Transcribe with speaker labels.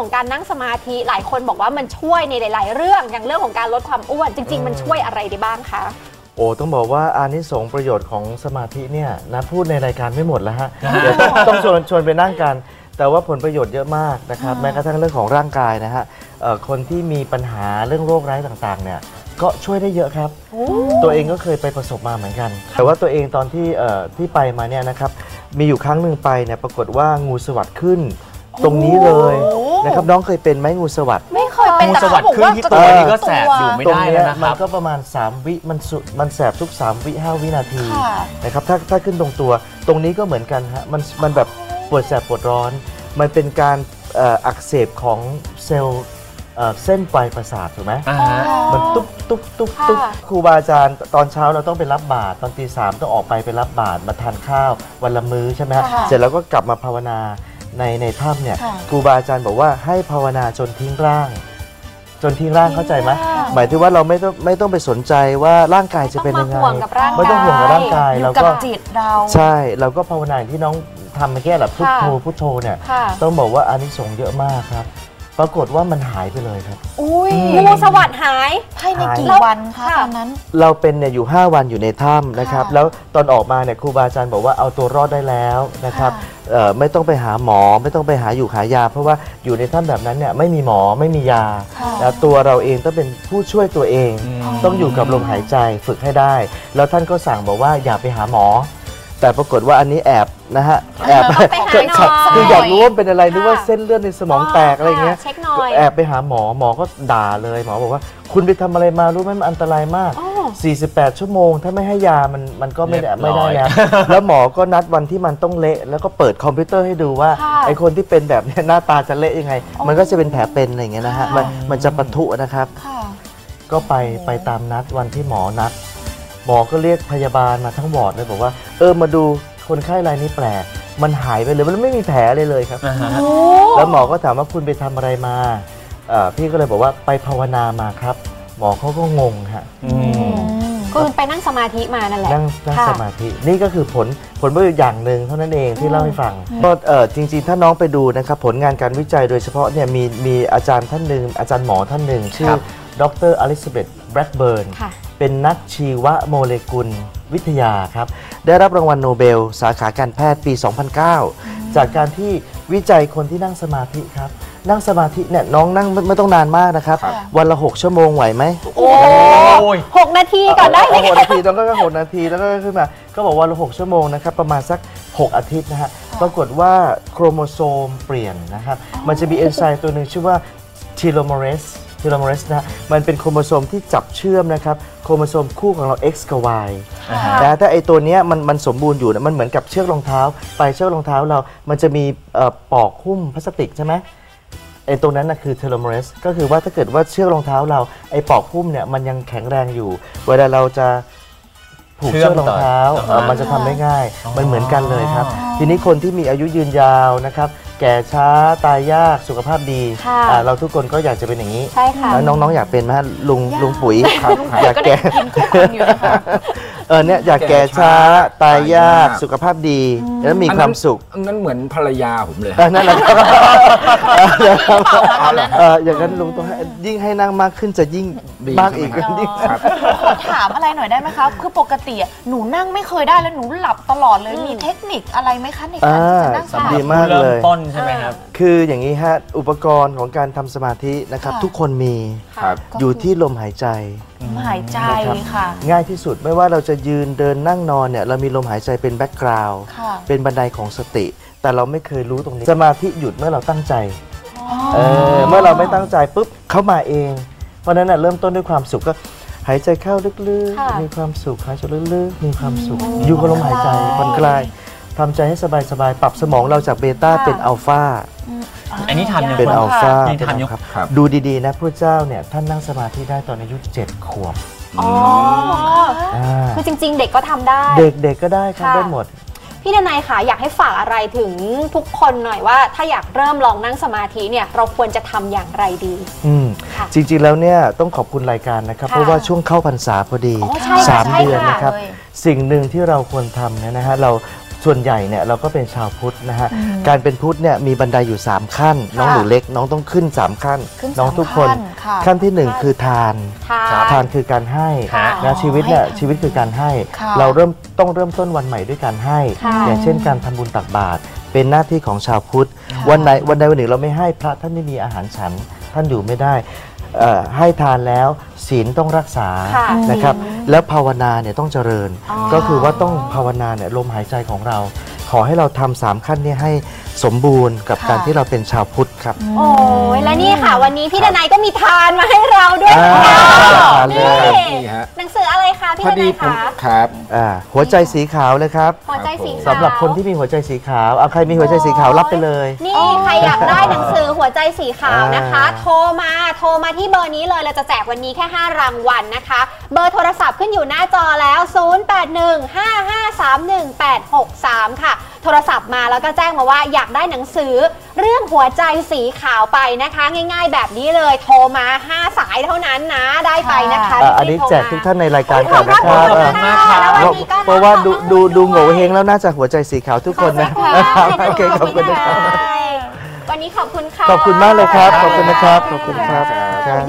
Speaker 1: ของการนั่งสมาธิหลายคนบอกว่ามันช่วยในหลาย ๆ เรื่องอย่างเรื่องของการลดความอ้วนจริง ๆ มันช่วยอะไรได้บ้างคะ
Speaker 2: โอ้ต้องบอกว่าอานิสงส์ประโยชน์ของสมาธิเนี่ยนะพูดในรายการไม่หมดแล้วฮะเดี๋ยวต้องต้องชวนชวนไปนั่งกัน แต่ว่าผลประโยชน์เยอะมากนะครับแม้กระทั่งเรื่องของร่างกายนะฮะเอ่อคนที่มีปัญหาเรื่องโรคร้ายต่างๆเนี่ยก็ช่วยได้เยอะครับ ตัวเองก็เคยไปประสบมาเหมือนกัน แต่ว่าตัวเองตอนที่เอ่อที่ไปมาเนี่ยนะครับมีอยู่ครั้งหนึ่งไปเนี่ยปรากฏว่างูสวัสดขึ้น ตรงนี้เลย
Speaker 1: โอ้โห
Speaker 2: นะครับน้องเคยเป็นไหมงูสวัสด
Speaker 1: ไม่เคยเป็น
Speaker 3: งู
Speaker 1: แต่
Speaker 3: สวั
Speaker 1: เขาบอ
Speaker 3: สดิ์
Speaker 1: ก
Speaker 3: ขึ้น
Speaker 1: ว่า
Speaker 3: ที่ตัวนี่ก็แสบอยู่
Speaker 1: ตัว
Speaker 3: ไม่ได้แล้วนะค
Speaker 2: มั
Speaker 3: รับ
Speaker 2: นก็ประมาณ 3 วิมันสุดมันแสบทุก 3 วิ 5 วินาที
Speaker 1: ค่ะ
Speaker 2: นะครับถ้าถ้าขึ้นตรงตัวตรงนี้ก็เหมือนกันฮะมันมันแบบปวดแสบปวดร้อน มันเป็นการเอ่ออักเสบของเซลล์เอ่อเส้นปลายประสาทถูกไหม
Speaker 3: อ่าฮะ
Speaker 2: มันตุ๊บตุ๊บตุ๊บตุ๊บ
Speaker 1: ค่ะ
Speaker 2: ครูบาอาจารย์ตอนเช้าเราต้องไปรับบาตรตอนตีสามต้องออกไปไปรับบาตรมาทานข้าววันละมื้อใช่ไหมฮะ
Speaker 1: ค่ะ
Speaker 2: เสร็จแล้วก็กลับมาภาวนาในในถ้ำเนี่ย
Speaker 1: ค่ะ
Speaker 2: ครูบาอาจารย์บอกว่าให้ภาวนาจนทิ้งร่าง จนทิ้งร่างเข้าใจไหม
Speaker 1: ค่ะ
Speaker 2: หมายถึงว่าเราไม่ต้องไม่ต้องไปสนใจว่าร่างกายจะเป็น
Speaker 1: ต้อ
Speaker 2: ยัง ง
Speaker 1: มา
Speaker 2: ไง
Speaker 1: ห่วงกับร่างกาย
Speaker 2: ไม่ต้องห่วงกับร่างกาย
Speaker 4: อ
Speaker 2: เรา
Speaker 4: ยู่กับ
Speaker 2: ก็
Speaker 4: จิตเรา
Speaker 2: ใช่เราก็ภาวนาอย่างที่น้องทำเมื่อกี้แหละพุทโธ
Speaker 1: ค่ะ
Speaker 2: พุทโธเนี่ย
Speaker 1: ค่ะ
Speaker 2: ต้องบอกว่าอานิสงส์เยอะมากครับ ปรากฏว่ามันหายไปเลยครับ
Speaker 1: อุ้ยงูสวัสดหาย
Speaker 4: ภายในกี่
Speaker 2: หาย
Speaker 4: วันคะ
Speaker 1: ค่ะ
Speaker 4: ตอนนั้น
Speaker 2: เราเป็นเนี่ยอยู่ 5 วันอยู่ในถ้ำนะครับ
Speaker 4: ค่ะ
Speaker 2: แล้วตอนออกมาเนี่ยครูบาอาจารย์บอกว่าเอาตัวรอดได้แล้วนะครับ
Speaker 4: ค่ะ
Speaker 2: เอ่อไม่ต้องไปหาหมอไม่ต้องไปหาอยู่หายา เพราะว่าอยู่ในถ้ำแบบนั้นเนี่ยไม่มีหมอไม่มียา
Speaker 4: ค่ะ
Speaker 2: แล้วตัวเราเองต้องเป็นผู้ช่วยตัวเอง ต้องอยู่กับลมหายใจฝึกให้ได้ แล้วท่านก็สั่งบอกว่าอย่าไปหาหมอ แต่ปรากฏว่าอันนี้แอบนะฮะแอบ
Speaker 1: เออต้องไปหาหน่อย
Speaker 2: คืออยากรู้ว่าเป็นอะไรหรือว่าเส้นเลือดในสมองแตกอะไรเงี้ย
Speaker 1: เช็คหน่อย
Speaker 2: แอบไปหาหมอหมอก็ด่าเลยหมอบอกว่า คุณไปทำอะไรมารู้ไหมมันอันตรายมาก
Speaker 1: อ๋อ
Speaker 2: 48 ชั่วโมง ถ้าไม่ให้ยามันมันก็ไม่ได้
Speaker 3: เรี
Speaker 2: ไม่
Speaker 3: ยบร้
Speaker 2: ได้
Speaker 3: อย
Speaker 2: แล้วแล้วหมอก็นัดวันที่มันต้องเละแล้วก็เปิดคอมพิวเตอร์ให้ดูว่า
Speaker 1: ค่ะ
Speaker 2: ไอคนที่เป็นแบบเนี้ยหน้าตาจะเละยังไง มันก็จะเป็นแผลเป็นอะไรเงี้ยนะฮะมัน
Speaker 1: ค่ะ
Speaker 2: มันจะปะทุนะครับ
Speaker 4: ค่ะ
Speaker 2: ก็ไปไปตามนัดวันที่หมอนัด หมอก็เรียกพยาบาลมาทั้งวอร์ดเลยบอกว่า เออมาดูคนไข้รายนี้แปลก มันหายไปเลยมันไม่มีแผลเลยเลยครับ
Speaker 3: อ่าฮะ
Speaker 1: โอ้
Speaker 2: แล้วหมอก็ถามว่าคุณไปทำอะไรมาเอ่อพี่ก็เลยบอกว่าไปภาวนามาครับ หมอเขาก็งงฮะ
Speaker 1: คือไปนั่งสมาธิมานั่นแหละ
Speaker 2: นั่งนั่งสมาธิ นี่ก็คือผลผลประโยชน์อย่างหนึ่งเท่านั้นเองที่เล่าให้ฟังก็เอ่อจริง ๆ ถ้าน้องไปดูนะครับผลงานการวิจัยโดยเฉพาะเนี่ยมีมีอาจารย์ท่านหนึ่งอาจารย์หมอท่านหนึ่งชื่อ
Speaker 3: ครับ
Speaker 2: ดรอลิซาเบธแบล็กเบิร์น
Speaker 1: ค่ะ
Speaker 2: เป็นนักชีวโมเลกุลวิทยาครับ ได้รับรางวัลโนเบล สาขาการแพทย์ปี 2009 จากการที่วิจัยคนที่นั่งสมาธิครับ นั่งสมาธิเนี่ยน้องนั่งไม่ไม่ต้องนานมากนะครับ วันละ 6 ชั่วโมงไหวไหม
Speaker 1: โอ้
Speaker 3: โอ้ย
Speaker 1: หกนาทีก่อนได้ไหม
Speaker 2: เาหกนาทีแล้วก็หกนาทีแล้วก็ขึ้นมา ก็บอกวันละ 6 ชั่วโมงนะครับ ประมาณสัก 6 อาทิตย์นะฮะปรากฏว่าโครโมโซมเปลี่ยนนะครับ มันจะมีเอนไซม์ตัวหนึ่งชื่อว่าทีโลโมเรสทีโลโมเรสนะฮะมันเป็นโครโมโซมที่จับเชื่อมนะครับโครโมโซมคู่ของเรา X กับ Y นะถ้าไอตัวเนี้ยมันมันสมบูรณ์อยู่นะมันเหมือนกับเชือกรองเท้าปลายเชือกรองเท้าเรา มันจะมีเอ่อปอกหุ้มพลาสติกใช่ไหมไอตรงนั้นนะคือเทโลเมเรสก็คือว่าถ้าเกิดว่าเชือกรองเท้าเราไอปอกหุ้มเนี่ยมันยังแข็งแรงอยู่ เวลาเราจะผูก
Speaker 3: เชื่
Speaker 2: เชือ
Speaker 3: อม
Speaker 2: กรองเท้า
Speaker 3: ต่อ
Speaker 2: เอ่อมันจะทำได้ง่าย
Speaker 3: อ๋อ
Speaker 2: มันเหมือนกันเลยครับ ทีนี้คนที่มีอายุยืนยาวนะครับ แก่ช้าตายยากสุขภาพดี
Speaker 1: ค่ะ
Speaker 2: อ่าเราทุกคนก็อยากจะเป็นอย่างนี้
Speaker 1: ใช่ค่ะ
Speaker 2: แล้วน้องๆอยากเป็นไหมฮะลุงลุงปุ๋ยอยากแก่
Speaker 4: คนอยู่นะคะ
Speaker 2: เออเนี่ยอยากแก่ช้า ตายยาก สุขภาพดี แล้วมีความสุข
Speaker 5: อันนั้นเหมือนภรรยาผมเลย
Speaker 2: เออนั่นแหละครับ
Speaker 5: เอาละ
Speaker 2: เอออย่างนั้นลุงต้องให้ยิ่งให้นั่งมากขึ้นจะยิ่ง
Speaker 5: ดี
Speaker 2: มากอีก
Speaker 5: ใช่ไห มครับ
Speaker 2: ยิ่ง
Speaker 5: ครับ
Speaker 4: ขอถามอะไรหน่อยได้ไหมคะ คือปกติอะหนูนั่งไม่เคยได้แล้วหนูหลับตลอดเลย
Speaker 1: อืม
Speaker 4: มีเทคนิคอะไรไหมคะในการที่จะนั่งส
Speaker 2: อ่า
Speaker 4: มา
Speaker 2: ดี
Speaker 4: ธิ
Speaker 2: มากเลย
Speaker 3: เริ่มต้นใช่ไหมครับ
Speaker 2: คืออย่างนี้ฮะ อุปกรณ์ของการทำสมาธินะครับ
Speaker 4: ค่ะ
Speaker 2: ทุกคนมี
Speaker 5: ครับ
Speaker 4: ก็
Speaker 2: อยู่ที่ลมหายใจ
Speaker 4: หายใจค่ะ
Speaker 2: ง่ายที่สุดไม่ว่าเราจะยืนเดินนั่งนอนเนี่ยเรามีลมหายใจเป็นแบ็กกราวด์
Speaker 4: ค่ะ
Speaker 2: เป็นบันไดของสติ แต่เราไม่เคยรู้ตรงนี้สมาธิหยุดเมื่อเราตั้งใจ เออเมื่อเราไม่ตั้งใจปุ๊บเขามาเอง เพราะฉะนั้นนะเริ่มต้นด้วยความสุขก็หายใจเข้าลึก
Speaker 1: ค่ะ
Speaker 2: ๆ มีความสุขหายใจลึกๆ มีความสุข อยู่กับลมหายใจผ่อนคลายทำใจให้สบายๆ ปรับสมองเราจากเบต้าเป็นอัลฟา
Speaker 3: อันนี้ทำยัง
Speaker 2: เป็น
Speaker 3: ไง
Speaker 2: อัลฟา
Speaker 3: นี่ทันยุค
Speaker 2: ครับ
Speaker 5: ครับ
Speaker 2: ดูดีๆนะพระเจ้าเนี่ยท่านนั่งสมาธิได้ตอนอายุ 7 ขวบ
Speaker 1: อ๋อ
Speaker 2: อ่า
Speaker 1: คือจริง ๆ เด็กก็ทำได้
Speaker 2: เด็กๆก็ได้ครับ
Speaker 1: ค่ะ
Speaker 2: ได้หมด
Speaker 1: พี่ดนายค่ะ อยากให้ฝากอะไรถึงทุกคนหน่อยว่า ถ้าอยากเริ่มลองนั่งสมาธิเนี่ย เราควรจะทำอย่างไรดี
Speaker 2: อืม
Speaker 1: ค่ะ
Speaker 2: จริงๆแล้วเนี่ยต้องขอบคุณรายการนะครับ
Speaker 1: ค่ะ
Speaker 2: เพราะว่าช่วงเข้าพรรษาพอดี
Speaker 1: อ๋อใช่
Speaker 2: สาม
Speaker 1: ใช่
Speaker 2: เดือน
Speaker 1: ค่ะ
Speaker 2: นะครับ
Speaker 4: เลย
Speaker 2: สิ่งหนึ่งที่เราควรทำเนี่ยนะฮะเรา ส่วนใหญ่เนี่ยเราก็เป็นชาวพุทธนะฮะ การเป็นพุทธเนี่ยมีบันไดอยู่ 3 ขั้น น้องหนูเล็กน้องต้องขึ้น 3 ขั้น
Speaker 4: ขึ้น
Speaker 2: น้อง
Speaker 4: สาม
Speaker 2: ทุกคน
Speaker 4: ขั้นค่ะ
Speaker 2: ขั้นทีหนึ่1 คือทาน
Speaker 1: ทาน
Speaker 2: ทานคือการให้
Speaker 3: ค่ะ
Speaker 2: นะชีวิตเนี่ยชีวิตคือการให้
Speaker 4: ค่ะ
Speaker 2: เราเริ่มต้องเริ่มต้นวันใหม่ด้วยการให้
Speaker 1: ค่ะ
Speaker 2: อย่างเช่นการทำบุญตักบาตรเป็นหน้าที่ของชาวพุทธ วันไหนวันใดวันหนึ่งเราไม่ให้พระท่านไม่มีอาหารฉัน ท่านอยู่ไม่ได้เอ่อให้ทานแล้วศีลต้องรักษา
Speaker 1: ค่ะ
Speaker 2: นะครับแล้วภาวนาเนี่ยต้องเจริญ
Speaker 1: อ๋อ
Speaker 2: ก็คือว่าต้องภาวนาเนี่ยลมหายใจของเรา ขอให้เราทำสามขั้นเนี้ให้สมบูรณ์กับ
Speaker 4: ค่ะ
Speaker 2: การที่เราเป็นชาวพุทธครับ
Speaker 1: โอ้ยและนี่ค่ะ วันนี้พี่ดนายก็มีทานมาให้เราด้วย
Speaker 2: อ่า
Speaker 1: ค่ะ
Speaker 2: ทานเลยครับ
Speaker 5: นี่ฮะ
Speaker 1: หนังสืออะไรคะพี่
Speaker 5: พอ
Speaker 1: ด
Speaker 5: ดี
Speaker 1: นาย
Speaker 5: ผม
Speaker 1: คะ
Speaker 5: ครับ
Speaker 2: อ่าหัวใจสีขาวเลยครับ
Speaker 1: หัวใจสีขาว
Speaker 2: สำหรับคนที่มีหัวใจสีขาวเอาใครมีหัวใจสีขาวรับไปเลย
Speaker 1: นี่ใครอยากได้หนังสือหัวใจสีขาวนะคะ
Speaker 2: อ่า
Speaker 1: โทรมาโทรมาที่เบอร์นี้เลยเราจะแจกวันนี้แค่ 5 รางวัลนะคะ เบอร์โทรศัพท์ขึ้นอยู่หน้าจอแล้ว 0815531863 ค่ะ โทรศัพท์มาแล้วก็แจ้งมาว่าอยากได้หนังสือเรื่องหัวใจสีขาวไปนะคะ ง่ายๆแบบนี้เลยโทรมา 5 สายเท่านั้นนะได้ไปนะคะ
Speaker 2: ะอัน
Speaker 1: รี
Speaker 2: นี้
Speaker 1: บๆโทรมา
Speaker 2: แจกทุกท่านในรายการ
Speaker 1: ข
Speaker 2: ก่
Speaker 1: อ
Speaker 2: อบ น
Speaker 1: คุ
Speaker 2: นะ
Speaker 1: ณ
Speaker 2: ครั
Speaker 1: มากค่ะแล้ว
Speaker 2: บเพ
Speaker 3: ขอบคุณมากครับ
Speaker 1: วัน
Speaker 2: ราะ
Speaker 1: นี้ก็
Speaker 2: เพราะว่าดูดูดูโง่เฮง
Speaker 1: ข
Speaker 2: แล้วน่าจะหัวใจสีขาวทุก
Speaker 1: อบ
Speaker 2: ค
Speaker 1: คุ
Speaker 2: น
Speaker 1: ณ
Speaker 2: นะ
Speaker 1: ค่ะ
Speaker 2: โอเคขอบคุณนะครับ
Speaker 1: วันนี้ขอบคุณค่ะ
Speaker 2: ขอบคุณมากเลยครับ ขอบคุณนะครับ ขอบคุณครับครับ